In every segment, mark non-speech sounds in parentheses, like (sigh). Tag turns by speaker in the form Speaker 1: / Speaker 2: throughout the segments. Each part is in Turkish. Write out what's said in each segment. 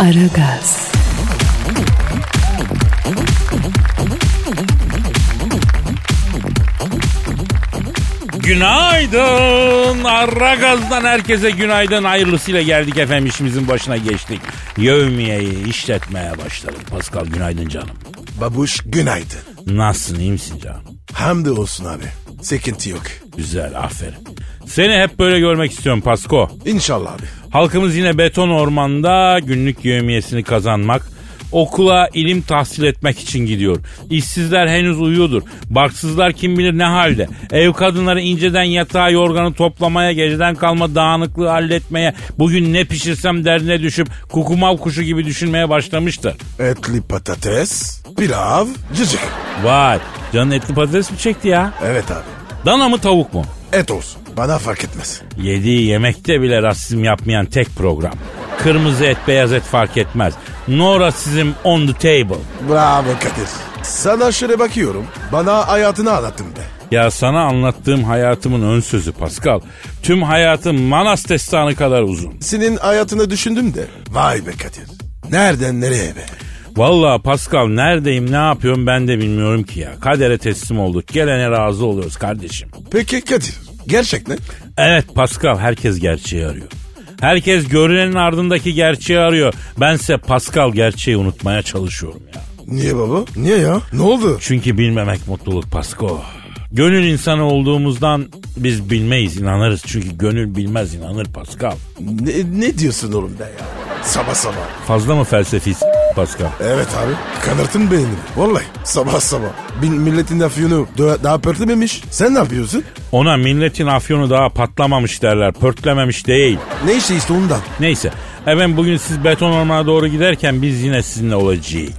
Speaker 1: Aragaz,
Speaker 2: Günaydın. Aragaz'dan herkese günaydın. Hayırlısıyla geldik efendim işimizin başına geçtik. Yevmiyeyi işletmeye başladık. Pascal günaydın canım.
Speaker 3: Babuş günaydın.
Speaker 2: Nasılsın iyi misin canım?
Speaker 3: Hamdi olsun abi. Sekinti yok.
Speaker 2: Güzel aferin. Seni hep böyle görmek istiyorum Pasko.
Speaker 3: İnşallah abi.
Speaker 2: Halkımız yine beton ormanda günlük yevmiyesini kazanmak, okula ilim tahsil etmek için gidiyor. İşsizler henüz uyuyordur. Barksızlar kim bilir ne halde. Ev kadınları inceden yatağı yorganı toplamaya, geceden kalma dağınıklığı halletmeye, bugün ne pişirsem derdine düşüp kukumav kuşu gibi düşünmeye başlamıştır.
Speaker 3: Etli patates, pilav, cıcık.
Speaker 2: Vay, canın etli patates mi çekti ya?
Speaker 3: Evet abi.
Speaker 2: Dana mı tavuk mu?
Speaker 3: Et olsun. Bana fark etmez.
Speaker 2: Yediği yemekte bile rasizm yapmayan tek program. Kırmızı et, beyaz et fark etmez. No rasizm on the table.
Speaker 3: Bravo Kadir. Sana şöyle bakıyorum. Bana hayatını anlattın be.
Speaker 2: Ya sana anlattığım hayatımın ön sözü Pascal. Tüm hayatım Manas destanı kadar uzun.
Speaker 3: Senin hayatını düşündüm de. Vay be Kadir. Nereden nereye be?
Speaker 2: Vallahi Pascal neredeyim ne yapıyorum ben de bilmiyorum ki ya. Kadere teslim olduk. Gelene razı oluyoruz kardeşim.
Speaker 3: Peki Kadir. Gerçek ne?
Speaker 2: Evet Pascal herkes gerçeği arıyor. Herkes görünenin ardındaki gerçeği arıyor. Bense Pascal gerçeği unutmaya çalışıyorum ya.
Speaker 3: Niye baba? Niye ya? Ne oldu?
Speaker 2: Çünkü bilmemek mutluluk Pasko. Gönül insanı olduğumuzdan biz bilmeyiz inanırız. Çünkü gönül bilmez inanır Pascal.
Speaker 3: Ne, ne diyorsun oğlum be ya? Sabah sabah.
Speaker 2: Fazla mı felsefi s- Pascal?
Speaker 3: Evet abi. Kanırtın beynini. Vallahi sabah sabah. Bin milletin afyonu dö- daha pörtlememiş. Sen ne yapıyorsun?
Speaker 2: Ona milletin afyonu daha patlamamış derler. Pörtlememiş değil.
Speaker 3: Ne işte işte ondan.
Speaker 2: Neyse. Efendim bugün siz beton ormana doğru giderken biz yine sizinle olacağız.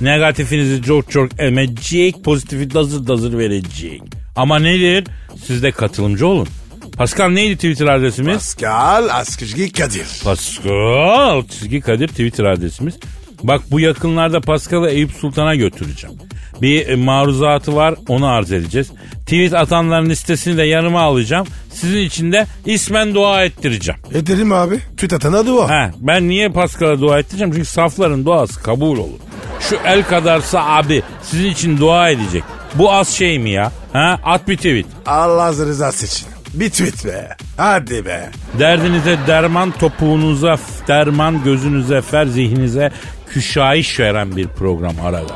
Speaker 2: Negatifinizi çok çok emeceğiz. Pozitifi dazır dazır vereceğiz. Ama nedir? Siz de katılımcı olun. Pascal neydi Twitter adresimiz?
Speaker 3: Pascal Askışgi Kadir.
Speaker 2: Pascal çizgi Kadir Twitter adresimiz. Bak bu yakınlarda Pascal'ı Eyüp Sultan'a götüreceğim. Bir e, maruzatı var onu arz edeceğiz. Tweet atanların listesini de yanıma alacağım. Sizin için de ismen dua ettireceğim.
Speaker 3: Edelim abi. Tüt atana dua.
Speaker 2: Ha, ben niye Pascal'a dua ettireceğim? Çünkü safların duası kabul olur. Şu el kadarsa abi sizin için dua edecek. Bu az şey mi ya? Ha? At bir tweet.
Speaker 3: Allah rızası için. Bir tweet be. Hadi be.
Speaker 2: Derdinize derman, topuğunuza f- derman, gözünüze fer, zihninize küşayiş veren bir program arada.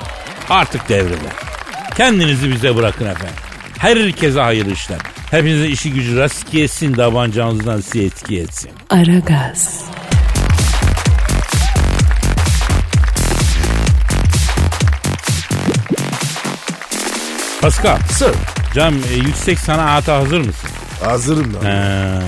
Speaker 2: Artık devrildi. Kendinizi bize bırakın efendim. Herkese hayırlı işler. Hepinize işi gücü rast gelsin, davancanızdan size etki etsin.
Speaker 1: Aragaz,
Speaker 2: Pascal,
Speaker 3: Sır.
Speaker 2: Cam e, yüksek sanata hazır mısın?
Speaker 3: Hazırım lan.
Speaker 2: Ee,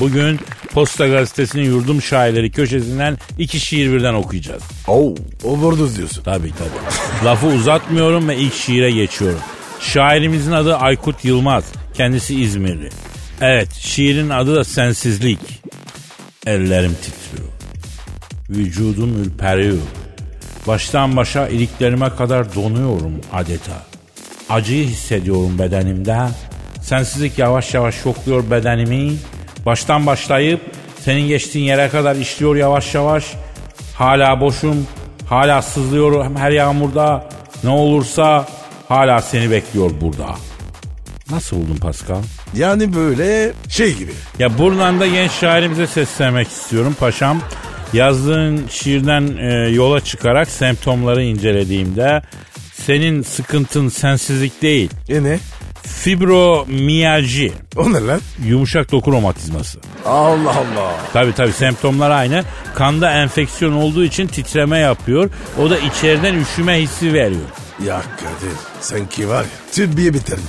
Speaker 2: bugün Posta Gazetesi'nin yurdum şairleri köşesinden iki şiir birden okuyacağız.
Speaker 3: Oo. O bordoz Oh. diyorsun.
Speaker 2: Tabii tabii. Lafı uzatmıyorum ve ilk şiire geçiyorum. Şairimizin adı Aykut Yılmaz. Kendisi İzmirli. Evet şiirin adı da Sensizlik. Ellerim titriyor. Vücudum ürperiyor. Baştan başa iliklerime kadar donuyorum adeta. Acıyı hissediyorum bedenimde. Sensizlik yavaş yavaş yokluyor bedenimi. Baştan başlayıp senin geçtiğin yere kadar işliyor yavaş yavaş. Hala boşum, hala sızlıyorum her yağmurda. Ne olursa hala seni bekliyor burada. Nasıl buldun Pascal?
Speaker 3: Yani böyle şey gibi.
Speaker 2: Ya buradan da genç şairimize seslenmek istiyorum paşam. Yazdığın şiirden e, yola çıkarak semptomları incelediğimde senin sıkıntın sensizlik değil.
Speaker 3: E ne?
Speaker 2: Fibromiyalji,
Speaker 3: O ne lan?
Speaker 2: yumuşak doku romatizması.
Speaker 3: Allah Allah.
Speaker 2: Tabii tabii semptomlar aynı. Kanda enfeksiyon olduğu için titreme yapıyor. O da içeriden üşüme hissi veriyor.
Speaker 3: Ya Kadir sen ki var ya. Tübbiye biterim.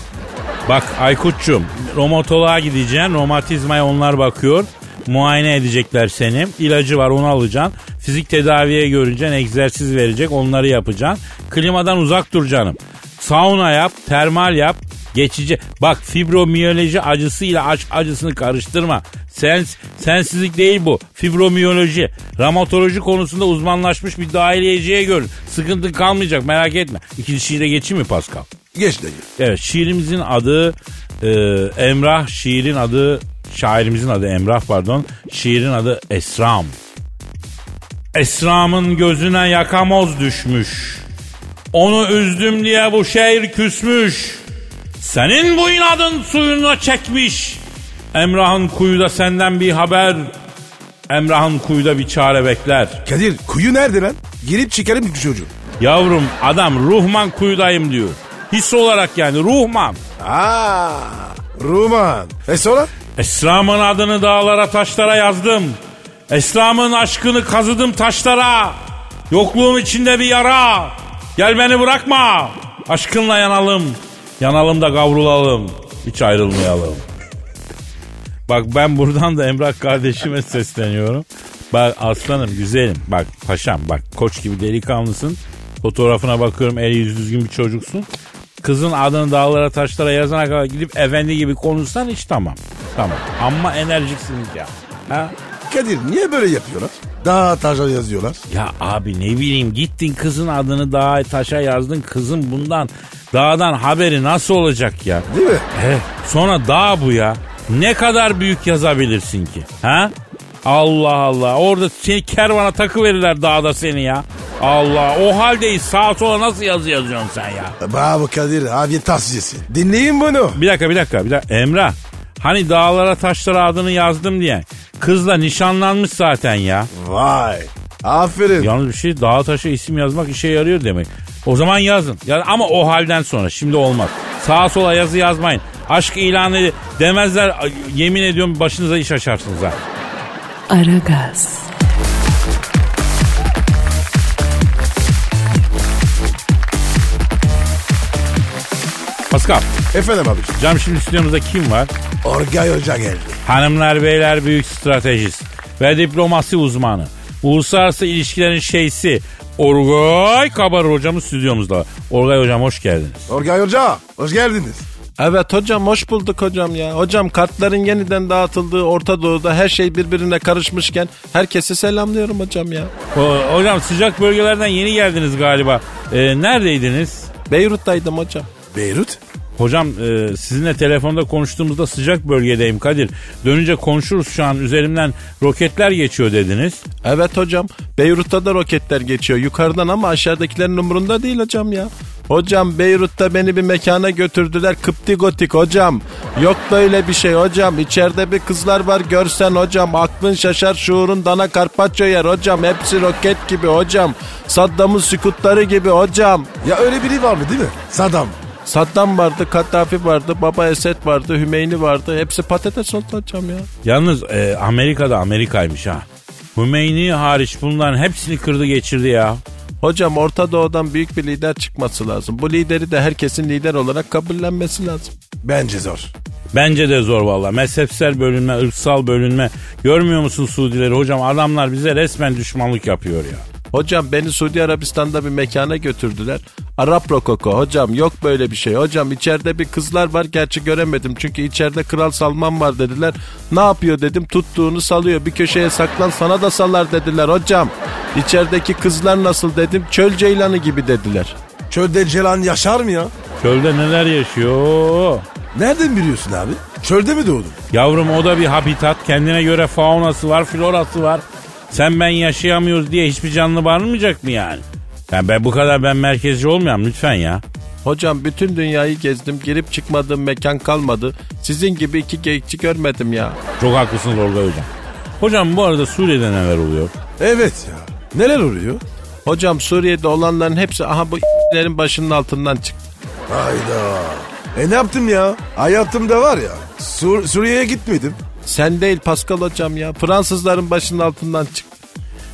Speaker 2: Bak Aykut'cum romatoloğa gideceksin. Romatizmaya onlar bakıyor. Muayene edecekler seni. İlacı var onu alacaksın. Fizik tedaviye göreceksin. Egzersiz verecek onları yapacaksın. Klimadan uzak dur canım. Sauna yap, termal yap. Geçici. Bak fibromiyoloji acısıyla aşk acısını karıştırma. Sens, sensizlik değil bu. Fibromiyoloji. Ramatoloji konusunda uzmanlaşmış bir dahiliyeciye görün. Sıkıntı kalmayacak merak etme. İkinci şiire geçeyim mi Pascal?
Speaker 3: Geç dayı.
Speaker 2: Evet şiirimizin adı e, Emrah, şiirin adı şairimizin adı Emrah pardon. Şiirin adı Esram. Esram'ın gözüne yakamoz düşmüş. Onu üzdüm diye bu şehir küsmüş. Senin bu inadın suyuna çekmiş. Emrah'ın kuyuda senden bir haber. Emrah'ın kuyuda bir çare bekler.
Speaker 3: Kadir kuyu nerede lan? Girip çıkarım çocuğu.
Speaker 2: Yavrum adam ruhman kuyudayım diyor. His olarak yani ruhman.
Speaker 3: Aa, Ruman. E sonra?
Speaker 2: Esram'ın adını dağlara taşlara yazdım. Esram'ın aşkını kazıdım taşlara. Yokluğum içinde bir yara. Gel beni bırakma. Aşkınla yanalım. Yanalım da kavrulalım. Hiç ayrılmayalım. Bak ben buradan da Emrah kardeşime sesleniyorum. Bak aslanım güzelim. Bak paşam bak koç gibi delikanlısın. Fotoğrafına bakıyorum eli yüz düzgün bir çocuksun. Kızın adını dağlara taşlara yazana kadar gidip efendi gibi konuşsan hiç tamam. Tamam ama enerjiksiniz ya. Ha?
Speaker 3: Kadir niye böyle yapıyorlar? Daha taşa yazıyorlar.
Speaker 2: Ya abi ne bileyim gittin kızın adını dağa taşa yazdın kızın bundan dağdan haberi nasıl olacak ya?
Speaker 3: Değil mi?
Speaker 2: Evet. Sonra dağ bu ya. Ne kadar büyük yazabilirsin ki? Ha? Allah Allah. Orada seni kervana takıverirler dağda seni ya. Allah. O haldeyi sağa sola nasıl yazı yazıyorsun sen ya?
Speaker 3: Bravo Kadir abi tavsiyesi. Dinleyin bunu.
Speaker 2: Bir dakika bir dakika. Bir dakika. Emrah. Hani dağlara taşlara adını yazdım diye. Kızla nişanlanmış zaten ya.
Speaker 3: Vay. Aferin.
Speaker 2: Yalnız bir şey dağa taşa isim yazmak işe yarıyor demek. O zaman yazın. Ya, ama o halden sonra şimdi olmaz. Sağa sola yazı yazmayın. Aşk ilanı demezler ay, yemin ediyorum başınıza iş açarsınız ha.
Speaker 1: Aragaz,
Speaker 2: Pascal,
Speaker 3: Efendim abi.
Speaker 2: cam şimdi stüdyomuzda kim var?
Speaker 3: Orgay Hoca geldi.
Speaker 2: Hanımlar beyler büyük stratejist ve diplomasi uzmanı. Uluslararası ilişkilerin şeysi Orgay Kabar hocamız stüdyomuzda. var. Orgay hocam hoş geldiniz.
Speaker 3: Orgay Hoca hoş geldiniz.
Speaker 4: Evet hocam hoş bulduk hocam ya. Hocam kartların yeniden dağıtıldığı Orta Doğu'da her şey birbirine karışmışken herkese selamlıyorum hocam ya.
Speaker 2: O- hocam sıcak bölgelerden yeni geldiniz galiba. Ee, neredeydiniz?
Speaker 4: Beyrut'taydım hocam.
Speaker 3: Beyrut.
Speaker 2: Hocam e, sizinle telefonda konuştuğumuzda sıcak bölgedeyim Kadir. Dönünce konuşuruz şu an üzerimden roketler geçiyor dediniz.
Speaker 4: Evet hocam Beyrut'ta da roketler geçiyor yukarıdan ama aşağıdakilerin umurunda değil hocam ya. Hocam Beyrut'ta beni bir mekana götürdüler kıptigotik hocam. Yok da öyle bir şey hocam. İçeride bir kızlar var görsen hocam. Aklın şaşar şuurun dana karpaccio yer hocam. Hepsi roket gibi hocam. Saddam'ın sükutları gibi hocam.
Speaker 3: Ya öyle biri var mı değil mi? Saddam.
Speaker 4: Saddam vardı, Kaddafi vardı, Baba Esed vardı, Hümeyni vardı. Hepsi patates oldu hocam ya.
Speaker 2: Yalnız e, Amerika'da Amerika'ymış ha. Hümeyni hariç bunların hepsini kırdı geçirdi ya.
Speaker 4: Hocam Orta Doğu'dan büyük bir lider çıkması lazım. Bu lideri de herkesin lider olarak kabullenmesi lazım.
Speaker 3: Bence zor.
Speaker 2: Bence de zor valla. Mezhepsel bölünme, ırksal bölünme. Görmüyor musun Suudileri hocam? Adamlar bize resmen düşmanlık yapıyor ya.
Speaker 4: Hocam beni Suudi Arabistan'da bir mekana götürdüler. Arap Rokoko. Hocam yok böyle bir şey. Hocam içeride bir kızlar var. Gerçi göremedim çünkü içeride Kral Salman var dediler. Ne yapıyor dedim. Tuttuğunu salıyor. Bir köşeye saklan sana da salar dediler hocam. İçerideki kızlar nasıl dedim. Çöl ceylanı gibi dediler.
Speaker 3: Çölde Celan yaşar mı ya?
Speaker 2: Çölde neler yaşıyor?
Speaker 3: Nereden biliyorsun abi? Çölde mi doğdun?
Speaker 2: Yavrum o da bir habitat. Kendine göre faunası var, florası var. Sen ben yaşayamıyoruz diye hiçbir canlı barınmayacak mı yani? Ya ben bu kadar ben merkezci olmayayım lütfen ya.
Speaker 4: Hocam bütün dünyayı gezdim. Girip çıkmadığım mekan kalmadı. Sizin gibi iki geyikçi görmedim ya.
Speaker 2: Çok haklısınız Orgay Hocam. Hocam bu arada Suriye'de neler oluyor?
Speaker 3: Evet ya. Neler oluyor?
Speaker 4: Hocam Suriye'de olanların hepsi aha bu (laughs) lerin başının altından çıktı.
Speaker 3: Hayda. E ne yaptım ya? Hayatımda var ya. Sur- Suriye'ye gitmedim.
Speaker 4: Sen değil Pascal hocam ya. Fransızların başının altından çıktı.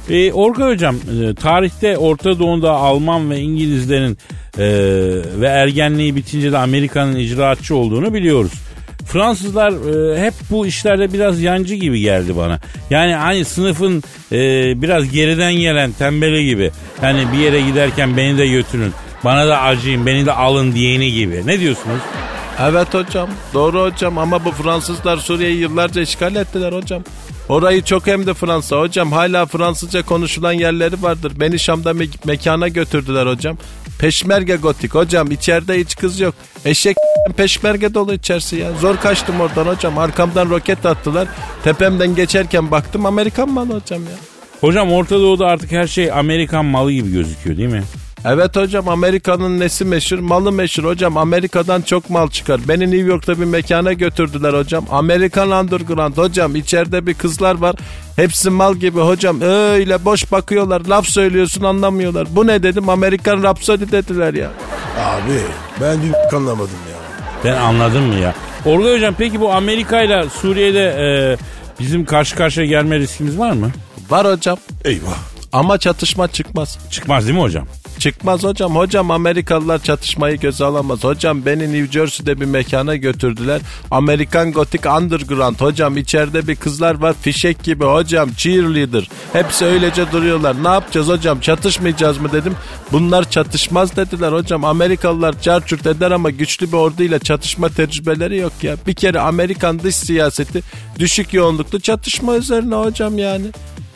Speaker 2: E, Orgay Hocam e, tarihte Orta Doğu'da Alman ve İngilizlerin e, ve ergenliği bitince de Amerika'nın icraatçı olduğunu biliyoruz. Fransızlar e, hep bu işlerde biraz yancı gibi geldi bana. Yani hani sınıfın e, biraz geriden gelen tembeli gibi. Yani bir yere giderken beni de götürün. Bana da acıyın, beni de alın diyeni gibi. Ne diyorsunuz?
Speaker 4: Evet hocam doğru hocam ama bu Fransızlar Suriye'yi yıllarca işgal ettiler hocam. Orayı çok hem de Fransa hocam hala Fransızca konuşulan yerleri vardır. Beni Şam'da me- mekana götürdüler hocam. Peşmerge gotik hocam içeride hiç kız yok. Eşek (laughs) peşmerge dolu içerisi ya. Zor kaçtım oradan hocam arkamdan roket attılar. Tepemden geçerken baktım Amerikan malı hocam ya.
Speaker 2: Hocam Orta Doğu'da artık her şey Amerikan malı gibi gözüküyor değil mi?
Speaker 4: Evet hocam Amerika'nın nesi meşhur? Malı meşhur hocam. Amerika'dan çok mal çıkar. Beni New York'ta bir mekana götürdüler hocam. Amerikan underground hocam. İçeride bir kızlar var. Hepsi mal gibi hocam. Öyle boş bakıyorlar. Laf söylüyorsun anlamıyorlar. Bu ne dedim? Amerikan Rhapsody dediler ya.
Speaker 3: Abi ben bir anlamadım ya.
Speaker 2: Ben anladım mı ya? Orada hocam peki bu Amerika ile Suriye'de e, bizim karşı karşıya gelme riskimiz var mı?
Speaker 4: Var hocam.
Speaker 3: Eyvah.
Speaker 4: Ama çatışma çıkmaz.
Speaker 2: Çıkmaz değil mi hocam?
Speaker 4: Çıkmaz hocam. Hocam Amerikalılar çatışmayı göze alamaz. Hocam beni New Jersey'de bir mekana götürdüler. Amerikan Gothic Underground. Hocam içeride bir kızlar var fişek gibi. Hocam cheerleader. Hepsi öylece duruyorlar. Ne yapacağız hocam çatışmayacağız mı dedim. Bunlar çatışmaz dediler hocam. Amerikalılar çarçurt eder ama güçlü bir orduyla çatışma tecrübeleri yok ya. Bir kere Amerikan dış siyaseti düşük yoğunluklu çatışma üzerine hocam yani.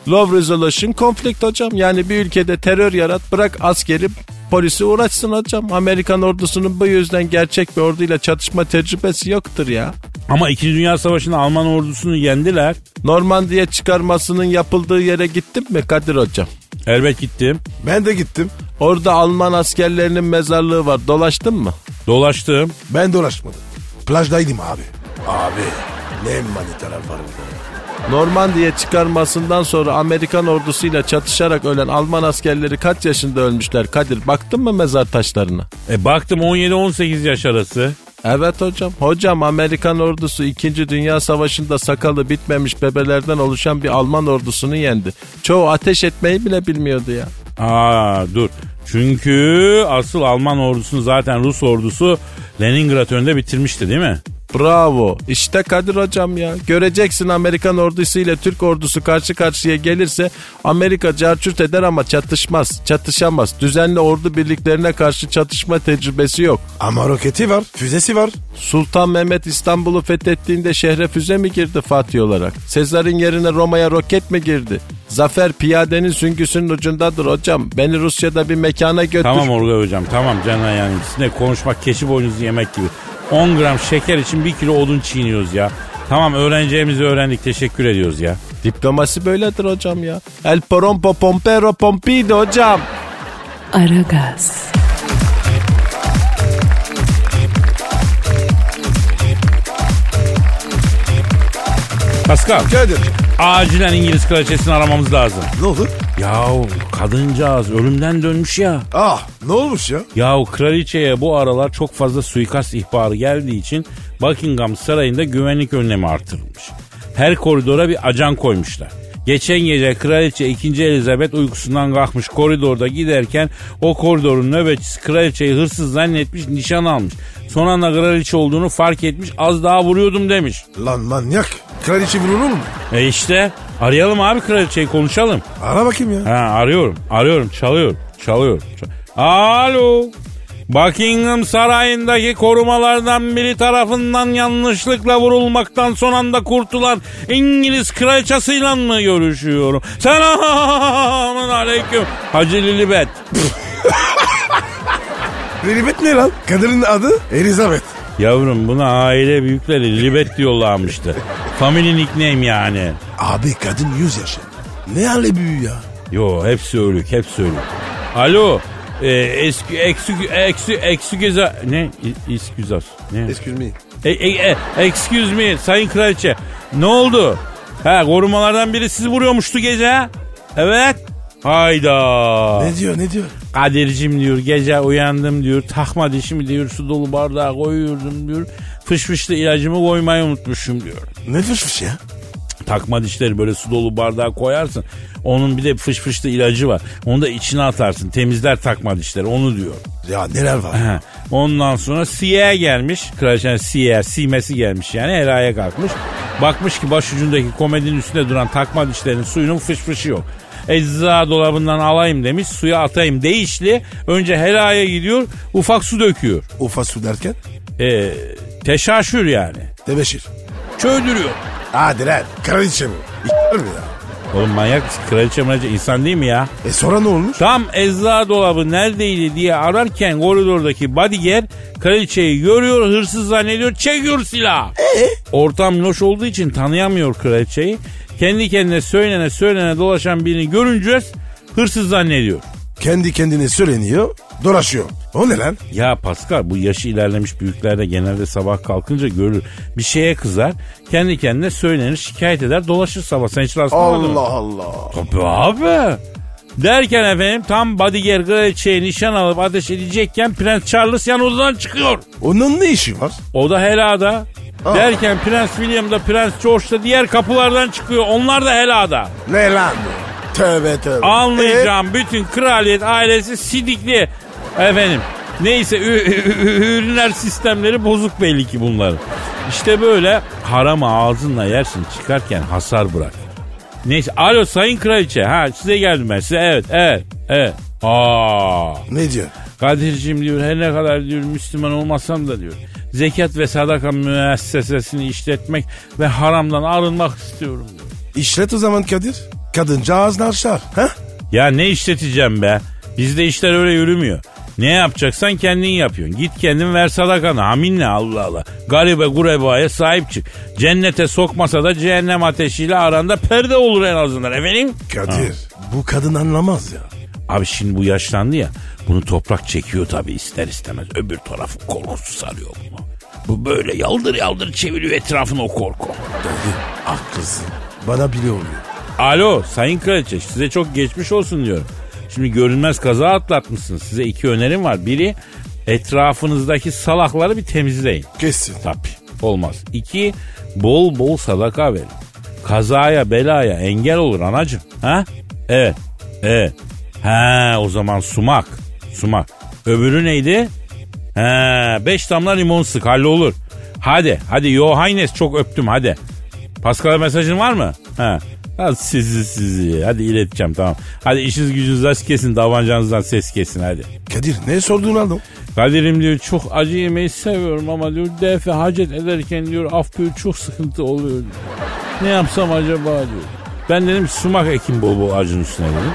Speaker 4: Love resolution conflict hocam. Yani bir ülkede terör yarat bırak askeri polisi uğraşsın hocam. Amerikan ordusunun bu yüzden gerçek bir orduyla çatışma tecrübesi yoktur ya.
Speaker 2: Ama 2. Dünya Savaşı'nda Alman ordusunu yendiler.
Speaker 4: Normandiya çıkarmasının yapıldığı yere gittin mi Kadir hocam?
Speaker 2: Elbet gittim.
Speaker 3: Ben de gittim.
Speaker 4: Orada Alman askerlerinin mezarlığı var. Dolaştın mı?
Speaker 2: Dolaştım.
Speaker 3: Ben dolaşmadım. Plajdaydım abi. Abi ne manitalar var burada. ya.
Speaker 4: Normandiya çıkarmasından sonra Amerikan ordusuyla çatışarak ölen Alman askerleri kaç yaşında ölmüşler Kadir? Baktın mı mezar taşlarına?
Speaker 2: E baktım 17-18 yaş arası.
Speaker 4: Evet hocam. Hocam Amerikan ordusu 2. Dünya Savaşı'nda sakalı bitmemiş bebelerden oluşan bir Alman ordusunu yendi. Çoğu ateş etmeyi bile bilmiyordu ya.
Speaker 2: Aa dur. Çünkü asıl Alman ordusunu zaten Rus ordusu Leningrad önünde bitirmişti değil mi?
Speaker 4: Bravo. İşte Kadir hocam ya. Göreceksin Amerikan ordusu ile Türk ordusu karşı karşıya gelirse Amerika carçurt eder ama çatışmaz, çatışamaz. Düzenli ordu birliklerine karşı çatışma tecrübesi yok.
Speaker 3: Ama roketi var, füzesi var.
Speaker 4: Sultan Mehmet İstanbul'u fethettiğinde şehre füze mi girdi Fatih olarak? Sezar'ın yerine Roma'ya roket mi girdi? Zafer piyadenin süngüsünün ucundadır hocam. Beni Rusya'da bir mekana götür.
Speaker 2: Tamam Orgay hocam tamam canına yani sizinle konuşmak keçi boynuzu yemek gibi. 10 gram şeker için 1 kilo odun çiğniyoruz ya. Tamam öğreneceğimizi öğrendik teşekkür ediyoruz ya.
Speaker 4: Diplomasi böyledir hocam ya. El porompo pompero pompido hocam.
Speaker 1: Aragaz,
Speaker 2: Pascal
Speaker 3: Kadir.
Speaker 2: acilen İngiliz kraliçesini aramamız lazım.
Speaker 3: Ne oldu?
Speaker 2: Yahu kadıncağız ölümden dönmüş ya.
Speaker 3: Ah ne olmuş ya?
Speaker 2: Yahu kraliçeye bu aralar çok fazla suikast ihbarı geldiği için Buckingham Sarayı'nda güvenlik önlemi artırılmış. Her koridora bir acan koymuşlar. Geçen gece kraliçe 2. Elizabeth uykusundan kalkmış koridorda giderken o koridorun nöbetçisi kraliçeyi hırsız zannetmiş nişan almış. Son anda kraliçe olduğunu fark etmiş az daha vuruyordum demiş.
Speaker 3: Lan manyak. Kraliçe vurulur mu?
Speaker 2: E işte arayalım abi kraliçeyi konuşalım.
Speaker 3: Ara bakayım ya.
Speaker 2: Ha arıyorum, arıyorum, çalıyorum, çalıyorum. çal- Alo. Buckingham Sarayı'ndaki korumalardan biri tarafından yanlışlıkla vurulmaktan son anda kurtulan İngiliz kraliçesiyle mı görüşüyorum? Selamun aleyküm Hacı Lilibet.
Speaker 3: Lilibet ne lan? Kadının adı Elizabeth.
Speaker 2: Yavrum buna aile büyükleri Lilibet diyorlarmıştı. Family nickname yani.
Speaker 3: Abi kadın 100 yaşında. Ne hale büyüğü ya?
Speaker 2: Yo hepsi ölük hepsi ölük. Alo. E, eski eksi eksi eksi geza ne isküzar ne
Speaker 3: Excuse me.
Speaker 2: E, e, e, excuse me sayın kraliçe. Ne oldu? Ha korumalardan biri sizi vuruyormuştu gece. ha? Evet. Hayda.
Speaker 3: Ne diyor ne diyor?
Speaker 2: Kadir'cim diyor gece uyandım diyor. Takma dişimi diyor su dolu bardağa koyuyordum diyor. Fışfışlı ilacımı koymayı unutmuşum diyor.
Speaker 3: Ne fışfış ya?
Speaker 2: Takma dişleri böyle su dolu bardağa koyarsın. Onun bir de fış fışlı ilacı var. Onu da içine atarsın. Temizler takma dişleri onu diyor.
Speaker 3: Ya neler (laughs) var?
Speaker 2: Ha, Ondan sonra Siye'ye gelmiş. Kraliçenin Siye, Simesi gelmiş yani helaya kalkmış. Bakmış ki başucundaki komedinin üstünde duran takma dişlerin suyunun fış fışı yok. Eczacı dolabından alayım demiş suya atayım değişli. Önce helaya gidiyor ufak su döküyor.
Speaker 3: Ufa su derken
Speaker 2: Ee, teşaşür yani.
Speaker 3: tebeşir.
Speaker 2: Çöldürüyor.
Speaker 3: Hadi lan kraliçe mi? İkler mi ya?
Speaker 2: Oğlum manyak mısın? Kraliçe mraliçe insan değil mi ya?
Speaker 3: E sonra ne olmuş?
Speaker 2: Tam eczacı dolabı neredeydi diye ararken koridordaki bodyguard kraliçeyi görüyor hırsız zannediyor çekiyor silah. Ortam loş olduğu için tanıyamıyor kraliçeyi. Kendi kendine söylene söylene dolaşan birini görünce hırsız zannediyor.
Speaker 3: Kendi kendine söyleniyor, dolaşıyor. O ne lan?
Speaker 2: Ya Pascal bu yaşı ilerlemiş büyüklerde genelde sabah kalkınca görür. Bir şeye kızar. Kendi kendine söylenir şikayet eder dolaşır sabah. Sen hiç rastlamadın mı?
Speaker 3: Allah.
Speaker 2: Tabii abi. Derken efendim tam bodyguard kraliçeye nişan alıp ateş edecekken Prens Charles yan odadan çıkıyor.
Speaker 3: Onun ne işi var?
Speaker 2: O da helada. Derken Prens William da Prens George da diğer kapılardan çıkıyor. Onlar da helada.
Speaker 3: Ne lan bu? Tövbe tövbe.
Speaker 2: Anlayacağım bütün kraliyet ailesi sidikli. Efendim neyse ü- ü- ü- ürünler sistemleri bozuk belli ki bunların. İşte böyle haram ağzınla yersin çıkarken hasar bırak. Neyse alo sayın kraliçe ha size geldim ben size evet evet evet. Aa,
Speaker 3: E, ne diyor?
Speaker 2: Kadir'cim diyor her ne kadar diyor Müslüman olmasam da diyor zekat ve sadaka müessesesini işletmek ve haramdan arınmak istiyorum diyor.
Speaker 3: İşlet o zaman Kadir. Kadıncağız narşar. Ha?
Speaker 2: Ya ne işleteceğim be? Bizde işler öyle yürümüyor. Ne yapacaksan kendin yapıyorsun. Git kendin ver sadakanı. Aminle Allah Allah. Garibe gurebaya sahip çık. Cennete sokmasa da cehennem ateşiyle aranda perde olur en azından efendim.
Speaker 3: Kadir bu kadın anlamaz ya.
Speaker 2: Abi şimdi bu yaşlandı ya. Bunu toprak çekiyor tabii ister istemez. Öbür tarafı korkusu sarıyor bunu. Bu böyle yaldır yaldır çeviriyor etrafını o korku.
Speaker 3: Haklısın. Bana bile oluyor.
Speaker 2: Alo Sayın Kraliçe size çok geçmiş olsun diyorum. Şimdi görünmez kaza atlatmışsınız. Size iki önerim var. Biri etrafınızdaki salakları bir temizleyin.
Speaker 3: Kesin.
Speaker 2: Tabii olmaz. İki bol bol sadaka verin. Kazaya belaya engel olur anacım. Ha? Evet. Evet. He o zaman sumak. Sumak. Öbürü neydi? He beş damla limon sık hallolur. Hadi hadi yo haynes çok öptüm hadi. Paskal'a mesajın var mı? He. Ha, sizi sizi. Hadi ileteceğim tamam. Hadi işiniz gücünüz az kesin davancanızdan ses kesin hadi.
Speaker 3: Kadir ne sorduğunu aldım.
Speaker 2: Kadir'im diyor çok acı yemeyi seviyorum ama diyor defe hacet ederken diyor af diyor çok sıkıntı oluyor diyor. Ne yapsam acaba diyor. Ben dedim sumak ekim bol bol acının üstüne dedim.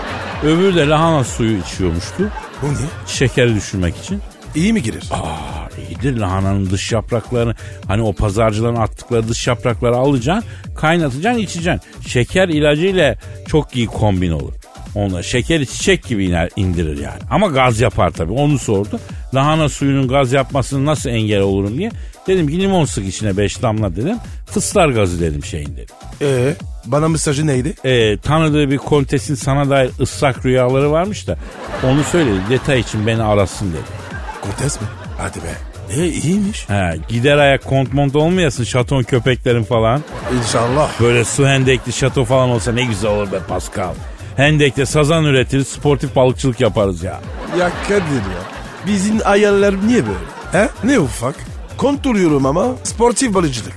Speaker 2: Öbürü de lahana suyu içiyormuştu.
Speaker 3: Bu ne?
Speaker 2: Şekeri düşürmek için.
Speaker 3: İyi mi girer?
Speaker 2: Aa iyidir lahananın dış yapraklarını hani o pazarcıların attıkları dış yaprakları alacaksın kaynatacaksın içeceksin. Şeker ilacıyla çok iyi kombin olur. Onunla şekeri çiçek gibi iner, indirir yani. Ama gaz yapar tabii onu sordu. Lahana suyunun gaz yapmasını nasıl engel olurum diye. Dedim ki limon sık içine 5 damla dedim. Fıslar gazı dedim şeyin dedim.
Speaker 3: Ee, bana mesajı neydi?
Speaker 2: Ee, tanıdığı bir kontesin sana dair ıslak rüyaları varmış da onu söyledi detay için beni arasın dedi.
Speaker 3: Kontes mi? Hadi be. E iyiymiş.
Speaker 2: He, gider ayak kont mont olmayasın şaton köpeklerin falan.
Speaker 3: İnşallah.
Speaker 2: Böyle su hendekli şato falan olsa ne güzel olur be Pascal. Hendekte sazan üretiriz sportif balıkçılık yaparız ya.
Speaker 3: Ya Kadir ya. Bizim ayarlar niye böyle? He? Ne ufak? Kontrolüyorum ama sportif balıcılık.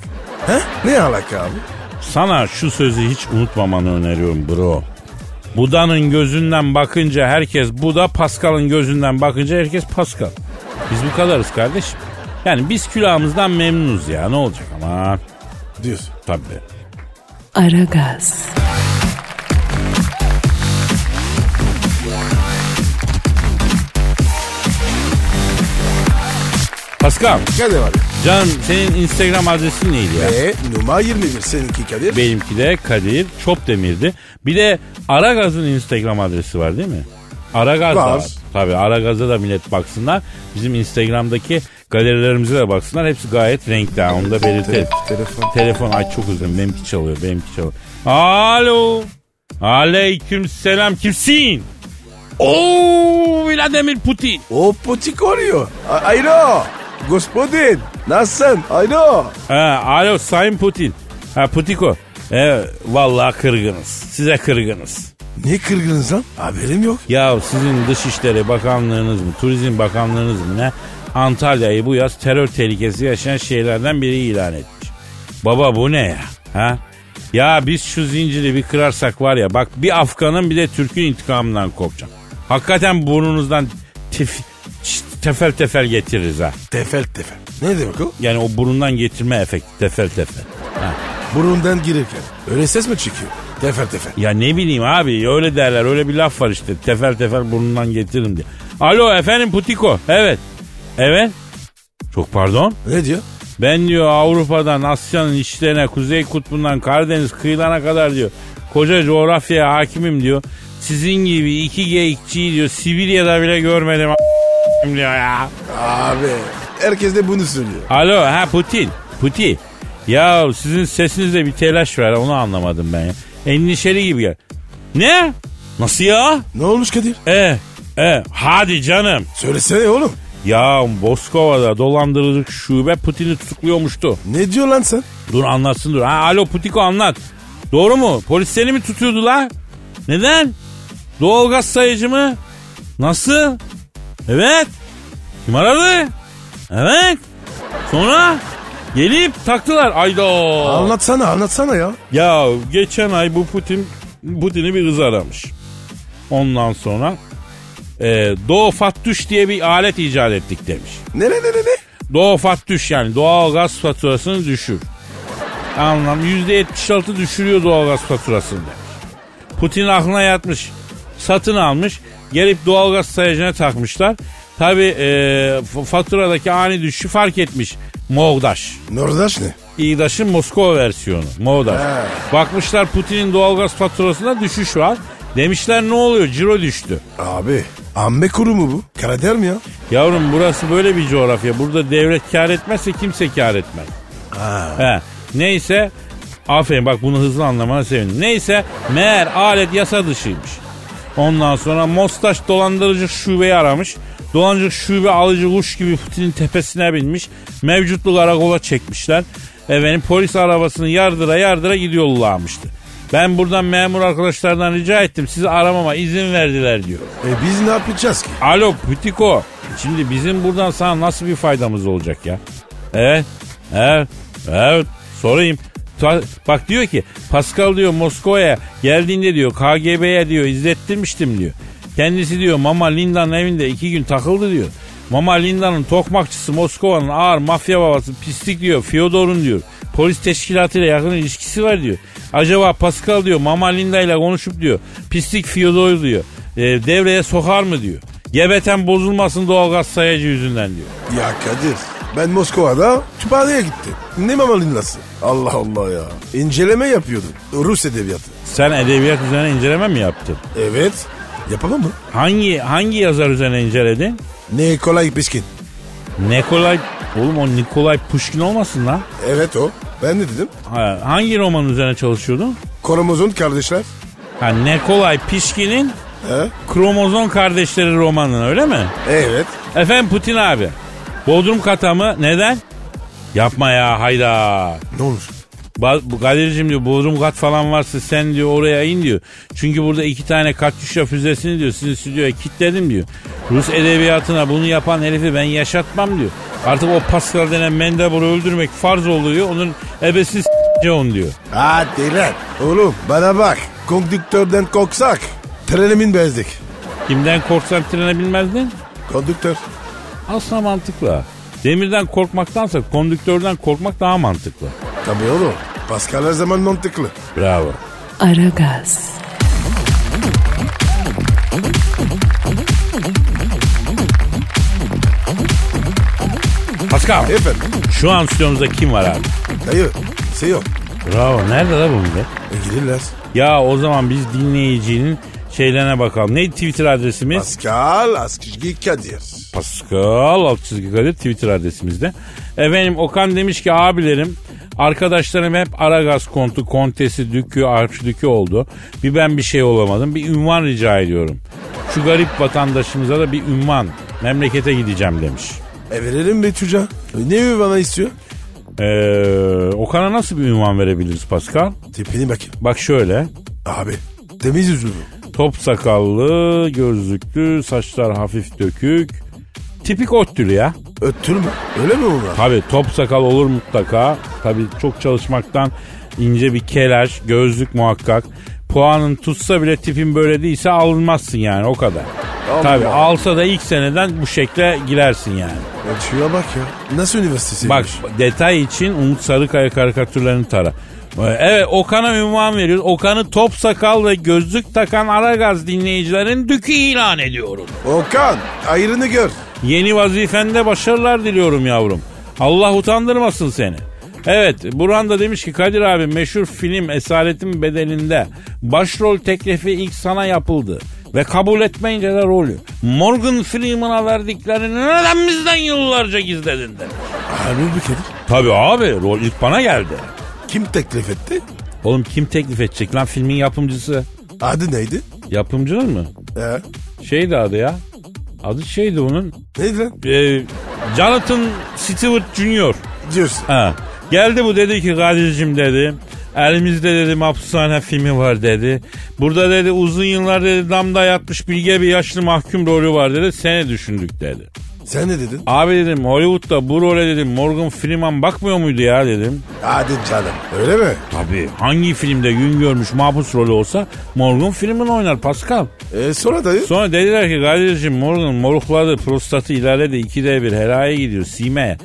Speaker 3: He? Ne alaka abi?
Speaker 2: Sana şu sözü hiç unutmamanı öneriyorum bro. Buda'nın gözünden bakınca herkes Buda, Pascal'ın gözünden bakınca herkes Pascal. Biz bu kadarız kardeşim. Yani biz külahımızdan memnunuz ya ne olacak ama.
Speaker 3: Diyorsun.
Speaker 2: Tabii.
Speaker 1: Aragaz.
Speaker 2: Pascal,
Speaker 3: Kadir abi.
Speaker 2: canım senin Instagram adresin neydi ya?
Speaker 3: E numara 21 seninki Kadir.
Speaker 2: Benimki de Kadir Çopdemir'di. Bir de Aragaz'ın Instagram adresi var değil mi? Aragaz da
Speaker 3: Var.
Speaker 2: var. Tabii Aragaz'a da millet baksınlar. Bizim Instagram'daki galerilerimize de baksınlar. Hepsi gayet renkli. ha, Onu da belirtelim.
Speaker 3: telefon.
Speaker 2: Telefon ay çok üzgünüm. Benimki çalıyor. Benimki çalıyor. Alo. Aleyküm selam. Kimsin? Oo Vladimir Putin.
Speaker 3: O potik oluyor. A- Alo. Gospodin. Nasılsın? Alo.
Speaker 2: Ha, alo Sayın Putin. Ha Putiko. Evet vallahi kırgınız. Size kırgınız.
Speaker 3: Niye kırgınız lan? Haberim yok.
Speaker 2: Ya sizin Dışişleri Bakanlığınız mı, Turizm Bakanlığınız mı ne? Antalya'yı bu yaz terör tehlikesi yaşayan şehirlerden biri ilan etmiş. Baba bu ne ya? Ha? Ya biz şu zinciri bir kırarsak var ya bak bir Afgan'ın bir de Türk'ün intikamından kopacak. Hakikaten burnunuzdan tif, çi- tefel tefel getiririz ha.
Speaker 3: Tefel tefel. Ne demek o?
Speaker 2: Yani o burundan getirme efekti tefel tefel. Ha.
Speaker 3: Burundan girirken. Öyle ses mi çıkıyor? Tefel tefel.
Speaker 2: Ya ne bileyim abi öyle derler öyle bir laf var işte tefer tefer burnundan getiririm diye. Alo efendim Putiko evet. Evet. Çok pardon.
Speaker 3: Ne diyor?
Speaker 2: Ben diyor Avrupa'dan Asya'nın içlerine Kuzey Kutbu'ndan Karadeniz kıyılarına kadar diyor. Koca coğrafyaya hakimim diyor. Sizin gibi iki geyikçiyi diyor Sibirya'da bile görmedim a- diyor ya.
Speaker 3: Abi herkes de bunu söylüyor.
Speaker 2: Alo ha Putin. Putin. Ya sizin sesinizde bir telaş var onu anlamadım ben ya. Endişeli gibi gel. Ne? Nasıl ya?
Speaker 3: Ne olmuş Kadir?
Speaker 2: E, e, hadi canım.
Speaker 3: Söylesene oğlum.
Speaker 2: Ya Boskova'da dolandırıcılık şube Putin'i tutukluyormuştu.
Speaker 3: Ne diyor lan sen?
Speaker 2: Dur anlatsın dur. Ha, alo Putiko anlat. Doğru mu? Polis seni mi tutuyordu la? Neden? Doğalgaz sayıcı mı? Nasıl? Evet. Kim aradı? Evet. Sonra gelip taktılar. Ayda.
Speaker 3: Anlatsana anlatsana ya.
Speaker 2: Ya geçen ay bu Putin Putin'i bir kız aramış. Ondan sonra e, Doğu Fattüş diye bir alet icat ettik demiş.
Speaker 3: Ne ne ne ne ne?
Speaker 2: Doğu Fattüş yani doğal gaz faturasını düşür. Anlam %76 düşürüyor doğal gaz faturasını demiş. Putin aklına yatmış. Satın almış. Gelip doğal gaz sayacına takmışlar. Tabi faturadaki ani düşüşü fark etmiş. Moğdaş.
Speaker 3: Nordaş ne?
Speaker 2: İğdaş'ın Moskova versiyonu. Moğdaş. Bakmışlar Putin'in doğalgaz faturasında düşüş var. Demişler ne oluyor? Ciro düştü.
Speaker 3: Abi amme kuru mu bu? Karader mi ya?
Speaker 2: Yavrum burası böyle bir coğrafya. Burada devlet kar etmezse kimse kar etmez. He. Neyse. Aferin bak bunu hızlı anlamana sevindim. Neyse meğer alet yasa dışıymış. Ondan sonra Mostaş dolandırıcı şubeyi aramış. Dolandırıcı şube alıcı kuş gibi Putin'in tepesine binmiş. Mevcutlu karakola çekmişler. Efendim polis arabasını yardıra yardıra gidiyorlarmıştı. Ben buradan memur arkadaşlardan rica ettim. Sizi aramama izin verdiler diyor.
Speaker 3: E biz ne yapacağız ki?
Speaker 2: Alo Pütiko. Şimdi bizim buradan sana nasıl bir faydamız olacak ya? Evet. Evet. Evet. Sorayım. Ta- bak diyor ki Pascal diyor Moskova'ya geldiğinde diyor KGB'ye diyor izlettirmiştim diyor. Kendisi diyor Mama Linda'nın evinde iki gün takıldı diyor. Mama Linda'nın tokmakçısı Moskova'nın ağır mafya babası pislik diyor Fyodor'un diyor. Polis teşkilatıyla yakın ilişkisi var diyor. Acaba Pascal diyor Mama Linda ile konuşup diyor pislik Fyodor diyor. e, devreye sokar mı diyor. Gebeten bozulmasın doğalgaz sayacı yüzünden diyor.
Speaker 3: Ya Kadir ben Moskova'da kütüphaneye gittim. Ne mamalinlası? Allah Allah ya. İnceleme yapıyordum. Rus edebiyatı.
Speaker 2: Sen edebiyat üzerine inceleme mi yaptın?
Speaker 3: Evet. Yapamam mı?
Speaker 2: Hangi hangi yazar üzerine inceledin?
Speaker 3: Ne kolay piskin.
Speaker 2: Nikolay oğlum o Nikolay Pushkin olmasın lan.
Speaker 3: Evet o. Ben ne dedim?
Speaker 2: Ha, hangi roman üzerine çalışıyordun?
Speaker 3: Kromozon kardeşler.
Speaker 2: Ha Nikolay Pişkin'in
Speaker 3: He?
Speaker 2: Kromozon Kardeşleri romanı öyle mi?
Speaker 3: Evet.
Speaker 2: Efendim Putin abi. Bodrum kata mı? Neden? Yapma ya hayda.
Speaker 3: Ne olur?
Speaker 2: Ba- bu Kadir'cim diyor Bodrum kat falan varsa sen diyor oraya in diyor. Çünkü burada iki tane Katyusha füzesini diyor sizin stüdyoya kilitledim diyor. Rus edebiyatına bunu yapan herifi ben yaşatmam diyor. Artık o Pascal denen Mendebur'u öldürmek farz oluyor. Onun ebesiz on diyor.
Speaker 3: Hadi lan. Oğlum bana bak. Konduktörden koksak. Trenimin bezdik.
Speaker 2: Kimden korksan trene binmezdin?
Speaker 3: Konduktör.
Speaker 2: Aslında mantıklı. ha. Demirden korkmaktansa kondüktörden korkmak daha mantıklı.
Speaker 3: Tabii oğlum. Pascal her zaman mantıklı.
Speaker 2: Bravo.
Speaker 1: Aragaz,
Speaker 2: Pascal.
Speaker 3: Efendim.
Speaker 2: Şu an stüdyomuzda kim var abi?
Speaker 3: Dayı. Şey yok.
Speaker 2: Bravo. Nerede la bu millet?
Speaker 3: E, girirler.
Speaker 2: Ya o zaman biz dinleyicinin şeylerine bakalım. Ne Twitter adresimiz?
Speaker 3: Pascal Askizgi Kadir.
Speaker 2: Pascal alt çizgi Kadir Twitter adresimizde. Efendim Okan demiş ki abilerim arkadaşlarım hep Aragaz kontu, kontesi, dükü, arşidükü oldu. Bir ben bir şey olamadım. Bir ünvan rica ediyorum. Şu garip vatandaşımıza da bir ünvan. Memlekete gideceğim demiş.
Speaker 3: E verelim be çocuğa. E, Ne bana istiyor?
Speaker 2: Ee, Okan'a nasıl bir ünvan verebiliriz Pascal?
Speaker 3: Tipini bakayım.
Speaker 2: Bak şöyle.
Speaker 3: Abi temiz yüzlü bu.
Speaker 2: Top sakallı, gözlüklü, saçlar hafif dökük. Tipik ottülü ya.
Speaker 3: Öttür mü? Öyle mi bunlar?
Speaker 2: Tabi top sakal olur mutlaka. Tabi çok çalışmaktan ince bir kelaş, gözlük muhakkak. Puanın tutsa bile tipin böyle değilse alınmazsın yani o kadar.
Speaker 3: Allah.
Speaker 2: Tabi alsa da ilk seneden bu şekle girersin yani.
Speaker 3: Ya şuraya E, bak ya. Nasıl üniversitesi?
Speaker 2: Bak detay için Umut Sarıkaya karikatürlerini tara. Ee, Evet Okan'a ünvan veriyoruz. Okan'ı top sakal ve gözlük takan Aragaz dinleyicilerin dükü ilan ediyorum.
Speaker 3: Okan ayrını gör.
Speaker 2: Yeni vazifende başarılar diliyorum yavrum. Allah utandırmasın seni. Evet Burhan da demiş ki Kadir abi meşhur film Esaretin Bedeli'nde başrol teklifi ilk sana yapıldı. Ve kabul etmeyince de rolü. Morgan Freeman'a verdiklerini neden bizden yıllarca gizledin de.
Speaker 3: Harbi bir kere.
Speaker 2: Tabii abi rol ilk bana geldi.
Speaker 3: Kim teklif etti?
Speaker 2: Oğlum kim teklif edecek lan filmin yapımcısı?
Speaker 3: Adı neydi?
Speaker 2: Yapımcının mı?
Speaker 3: Ee,
Speaker 2: Şeydi adı ya. Adı şeydi onun.
Speaker 3: neydi lan?
Speaker 2: Ee, Jonathan Stewart Jr.
Speaker 3: Diyorsun.
Speaker 2: Ha. Geldi bu dedi ki Kadir'cim dedi. Elimizde dedi hapishane filmi var dedi. Burada dedi uzun yıllar dedi damda yatmış bilge bir yaşlı mahkum rolü var dedi. Seni düşündük dedi.
Speaker 3: Sen ne dedin?
Speaker 2: Abi dedim Hollywood'da bu role dedim Morgan Freeman bakmıyor muydu ya dedim.
Speaker 3: Hadi canım. Öyle mi?
Speaker 2: Tabii hangi filmde gün görmüş mahpus rolü olsa Morgan Freeman oynar Pascal.
Speaker 3: E, sonra dayı.
Speaker 2: Sonra dediler ki Kadir'cim Morgan morukladı prostatı ilerledi 2'de bir helaya gidiyor Sime'ye.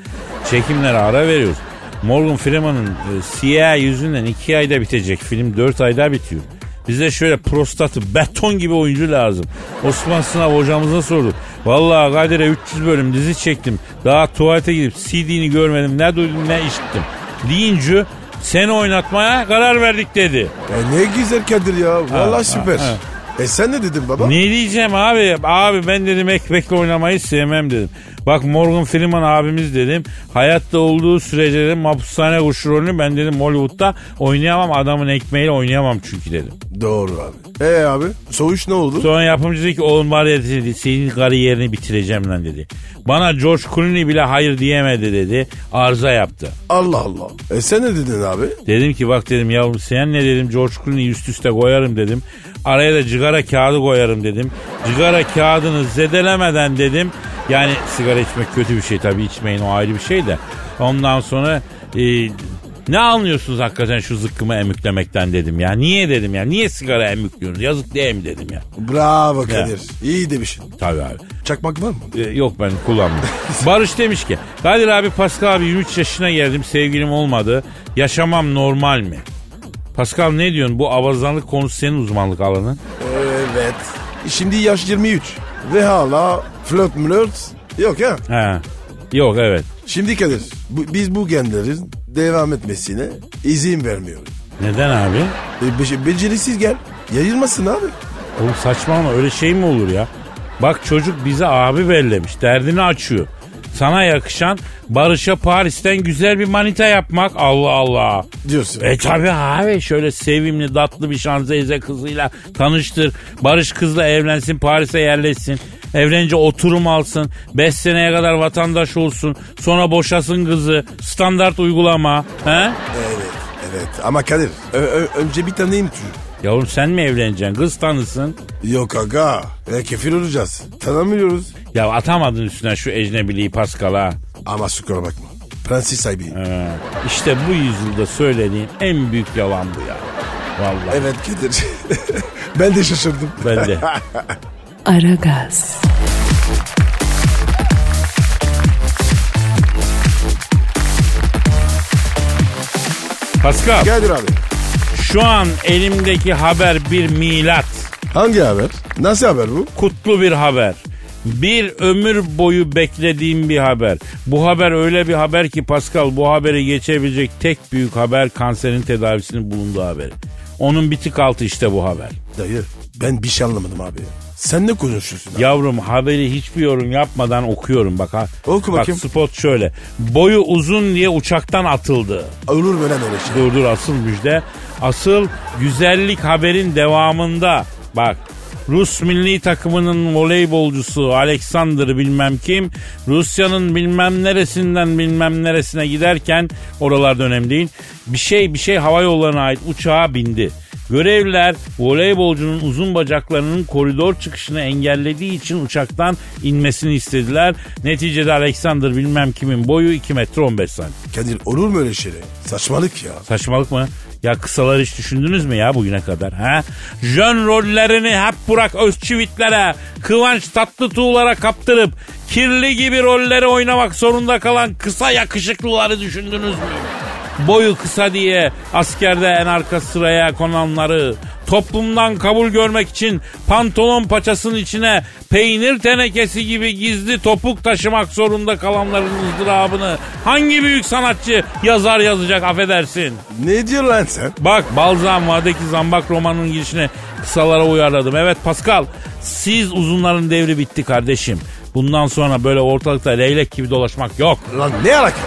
Speaker 2: Çekimlere ara veriyoruz. Morgan Freeman'ın e, CIA yüzünden 2 ayda bitecek film 4 ayda bitiyor. Bize şöyle prostatı beton gibi oyuncu lazım. Osman Sınav hocamıza sorduk. Vallahi Kadir'e 300 bölüm dizi çektim. Daha tuvalete gidip CD'ni görmedim. Ne duydum ne işittim. Deyince seni oynatmaya karar verdik dedi.
Speaker 3: E, ne güzel Kadir ya. Vallahi süper.
Speaker 2: ha.
Speaker 3: E sen ne dedin baba?
Speaker 2: Ne diyeceğim abi? Abi ben dedim ekmekle oynamayı sevmem dedim. Bak Morgan Freeman abimiz dedim. Hayatta olduğu sürece dedim mahpushane kuşu rolünü ben dedim Hollywood'da oynayamam. Adamın ekmeğiyle oynayamam çünkü dedim.
Speaker 3: Doğru abi. E abi soğuş ne oldu?
Speaker 2: Sonra yapımcı dedi ki oğlum var ya dedi, senin kariyerini bitireceğim lan dedi. Bana George Clooney bile hayır diyemedi dedi. Arıza yaptı.
Speaker 3: Allah Allah. E sen ne dedin abi?
Speaker 2: Dedim ki bak dedim yavrum sen ne dedim George Clooney üst üste koyarım dedim. Araya da cigara kağıdı koyarım dedim. Cigara kağıdını zedelemeden dedim. Yani sigara içmek kötü bir şey tabii içmeyin o ayrı bir şey de. Ondan sonra e, ne anlıyorsunuz hakikaten şu zıkkımı emüklemekten dedim ya. Niye dedim ya niye sigara emükliyorsunuz yazık diye mi dedim ya.
Speaker 3: Bravo Kadir. İyi demişsin.
Speaker 2: Tabii abi.
Speaker 3: Çakmak var mı?
Speaker 2: E, yok ben kullanmadım. Barış demiş ki Kadir abi Pascal abi 23 yaşına geldim sevgilim olmadı. Yaşamam normal mi? Pascal ne diyorsun bu avazanlık konusu senin uzmanlık alanın.
Speaker 3: Evet. Şimdi yaş 23. Ve hala flört mülört yok ya.
Speaker 2: He. Yok evet.
Speaker 3: Şimdi Kadir bu- biz bu genlerin devam etmesine izin vermiyoruz.
Speaker 2: Neden abi?
Speaker 3: E, be- becerisiz gel. Yayılmasın abi.
Speaker 2: Oğlum saçmalama öyle şey mi olur ya? Bak çocuk bize abi bellemiş. Derdini açıyor. Sana yakışan Barış'a Paris'ten güzel bir manita yapmak. Allah Allah.
Speaker 3: Diyorsun.
Speaker 2: E tabi abi şöyle sevimli tatlı bir şanzelize kızıyla tanıştır. Barış kızla evlensin Paris'e yerleşsin. Evlenince oturum alsın. 5 seneye kadar vatandaş olsun. Sonra boşasın kızı. Standart uygulama. He?
Speaker 3: Evet. Evet ama Kadir ö- ö- önce bir tanıyayım çocuğu.
Speaker 2: Yavrum sen mi evleneceksin? Kız tanısın.
Speaker 3: Yok aga. E, kefil olacağız. Tanımıyoruz.
Speaker 2: Ya atamadın üstüne şu ecnebiliği Paskal'a.
Speaker 3: Ama skora bakma. Prenses sahibi.
Speaker 2: He. İşte bu yüzyılda söylediğin en büyük yalan bu ya. Vallahi.
Speaker 3: Evet Kadir. (laughs) ben de şaşırdım.
Speaker 2: Ben de.
Speaker 1: Aragaz,
Speaker 2: Paskal
Speaker 3: Kadir abi.
Speaker 2: şu an elimdeki haber bir milat.
Speaker 3: Hangi haber? Nasıl haber bu?
Speaker 2: kutlu bir haber. Bir ömür boyu beklediğim bir haber. Bu haber öyle bir haber ki Pascal bu haberi geçebilecek tek büyük haber kanserin tedavisinin bulunduğu haberi. Onun bir tık altı işte bu haber.
Speaker 3: Dayı ben bir şey anlamadım abi. Sen ne konuşuyorsun? abi?
Speaker 2: Yavrum haberi hiçbir yorum yapmadan okuyorum bak. Ha.
Speaker 3: Oku
Speaker 2: bak,
Speaker 3: bakayım.
Speaker 2: spot şöyle. Boyu uzun diye uçaktan atıldı.
Speaker 3: Olur mu lan öyle şey?
Speaker 2: Dur dur asıl müjde. Asıl güzellik haberin devamında. Bak Rus milli takımının voleybolcusu Alexander bilmem kim Rusya'nın bilmem neresinden bilmem neresine giderken oralarda önemli değil. Bir şey bir şey hava yollarına ait uçağa bindi. Görevliler voleybolcunun uzun bacaklarının koridor çıkışını engellediği için uçaktan inmesini istediler. Neticede Alexander bilmem kimin boyu 2 metre 15 santim.
Speaker 3: Kadir olur mu öyle şey? Saçmalık ya.
Speaker 2: Saçmalık mı? Ya kısalar hiç düşündünüz mü ya bugüne kadar? Ha? Jön rollerini hep Burak Özçivitlere, Kıvanç Tatlıtuğlara kaptırıp kirli gibi rolleri oynamak zorunda kalan kısa yakışıklıları düşündünüz mü? Boyu kısa diye askerde en arka sıraya konanları, toplumdan kabul görmek için pantolon paçasının içine peynir tenekesi gibi gizli topuk taşımak zorunda kalanların ızdırabını hangi büyük sanatçı yazar yazacak affedersin?
Speaker 3: Ne diyorsun lan sen?
Speaker 2: Bak Balzan Vadeki Zambak romanının girişine kısalara uyarladım. Evet Pascal siz uzunların devri bitti kardeşim. Bundan sonra böyle ortalıkta leylek gibi dolaşmak yok.
Speaker 3: Lan ne alaka ya?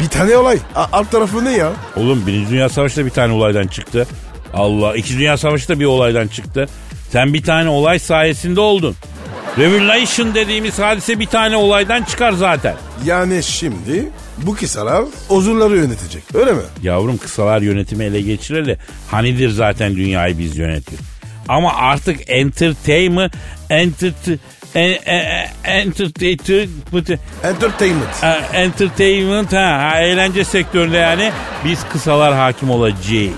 Speaker 3: Bir tane olay. A- alt tarafı ne ya?
Speaker 2: Oğlum Birinci Dünya Savaşı da bir tane olaydan çıktı. Allah İkinci Dünya Savaşı da bir olaydan çıktı. Sen bir tane olay sayesinde oldun. Revolution dediğimiz hadise bir tane olaydan çıkar zaten.
Speaker 3: Yani şimdi bu kısalar uzunları yönetecek. Öyle mi?
Speaker 2: Yavrum kısalar yönetimi ele geçireli. Hanidir zaten dünyayı biz yönetiyoruz. Ama artık entertainment, enter, entertainment,
Speaker 3: Entertainment.
Speaker 2: Ha, entertainment ha, ha, eğlence sektöründe yani biz kısalar hakim olacağız.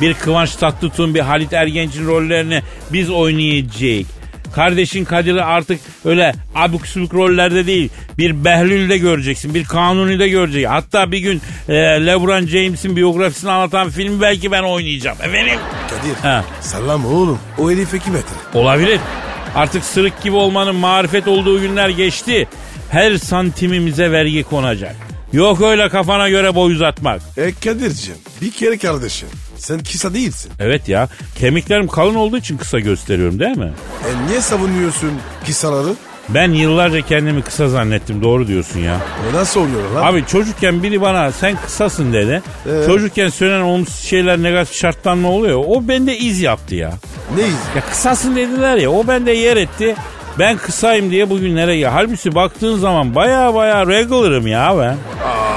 Speaker 2: Bir Kıvanç Tatlıtuğ'un bir Halit Ergenç'in rollerini biz oynayacağız. Kardeşin Kadir'i artık öyle abuk subuk rollerde değil bir Behlül'de göreceksin bir Kanuni'de göreceksin. Hatta bir gün e, LeBron James'in biyografisini anlatan filmi belki ben oynayacağım. Efendim?
Speaker 3: Kadir.
Speaker 2: Ha.
Speaker 3: Sallama oğlum. O herif iki metre.
Speaker 2: Olabilir. Artık sırık gibi olmanın marifet olduğu günler geçti. Her santimimize vergi konacak. Yok öyle kafana göre boy uzatmak.
Speaker 3: E Kadir'cim bir kere kardeşim. Sen kısa değilsin.
Speaker 2: Evet ya kemiklerim kalın olduğu için kısa gösteriyorum değil mi?
Speaker 3: E niye savunuyorsun kısaları?
Speaker 2: Ben yıllarca kendimi kısa zannettim doğru diyorsun ya.
Speaker 3: O nasıl oluyor lan?
Speaker 2: Abi çocukken biri bana sen kısasın dedi. Çocukken söylenen olumsuz şeyler negatif şartlanma oluyor. O bende iz yaptı ya.
Speaker 3: Neyiz?
Speaker 2: Ya kısasın dediler ya o bende yer etti. Ben kısayım diye bugünlere gel. Halbuki baktığın zaman baya baya regular'ım ya ben.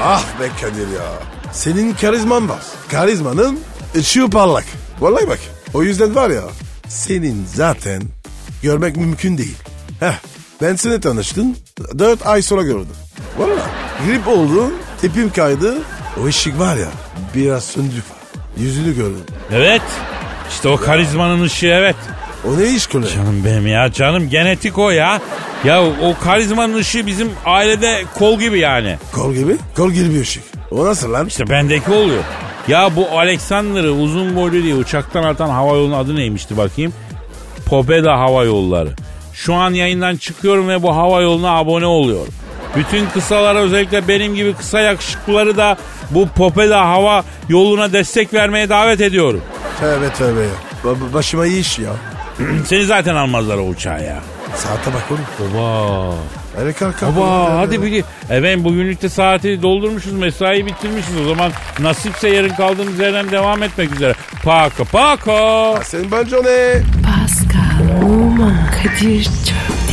Speaker 3: Ah be Kadir ya. Senin karizman var. Karizmanın ışığı parlak. Vallahi bak. O yüzden var ya. Senin zaten görmek mümkün değil. Heh. Ben seni tanıştım. Dört ay sonra gördüm. Vallahi Grip oldu. Tipim kaydı. O ışık var ya. Biraz söndü. Yüzünü gördüm.
Speaker 2: Evet. İşte o karizmanın ışığı evet.
Speaker 3: O ne iş kule?
Speaker 2: Canım benim ya canım genetik o ya. Ya o karizmanın ışığı bizim ailede kol gibi yani.
Speaker 3: Kol gibi. Kol gibi bir ışık. O nasıl lan?
Speaker 2: İşte bendeki oluyor. Ya bu Alexander'ı uzun boylu diye uçaktan atan hava yolunun adı neymişti bakayım? Popeda Hava Yolları. Şu an yayından çıkıyorum ve bu hava yoluna abone oluyorum. Bütün kısalara özellikle benim gibi kısa yakışıklıları da bu Popeda Hava Yolu'na destek vermeye davet ediyorum. (clears throat)
Speaker 3: Tövbe tövbe ya. Ba- başıma iyi iş ya.
Speaker 2: Seni zaten almazlar o uçağa ya.
Speaker 3: Saate bak oğlum.
Speaker 2: Baba.
Speaker 3: Hele kalk kalk.
Speaker 2: Baba hadi bir Efendim bugünlük de saati doldurmuşuz mesai bitirmişiz o zaman nasipse yarın kaldığımız yerden devam etmek üzere. Paka paka.
Speaker 3: Sen bence ne?
Speaker 1: Pascal, Oman, Kadir çok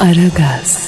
Speaker 1: Aragaz.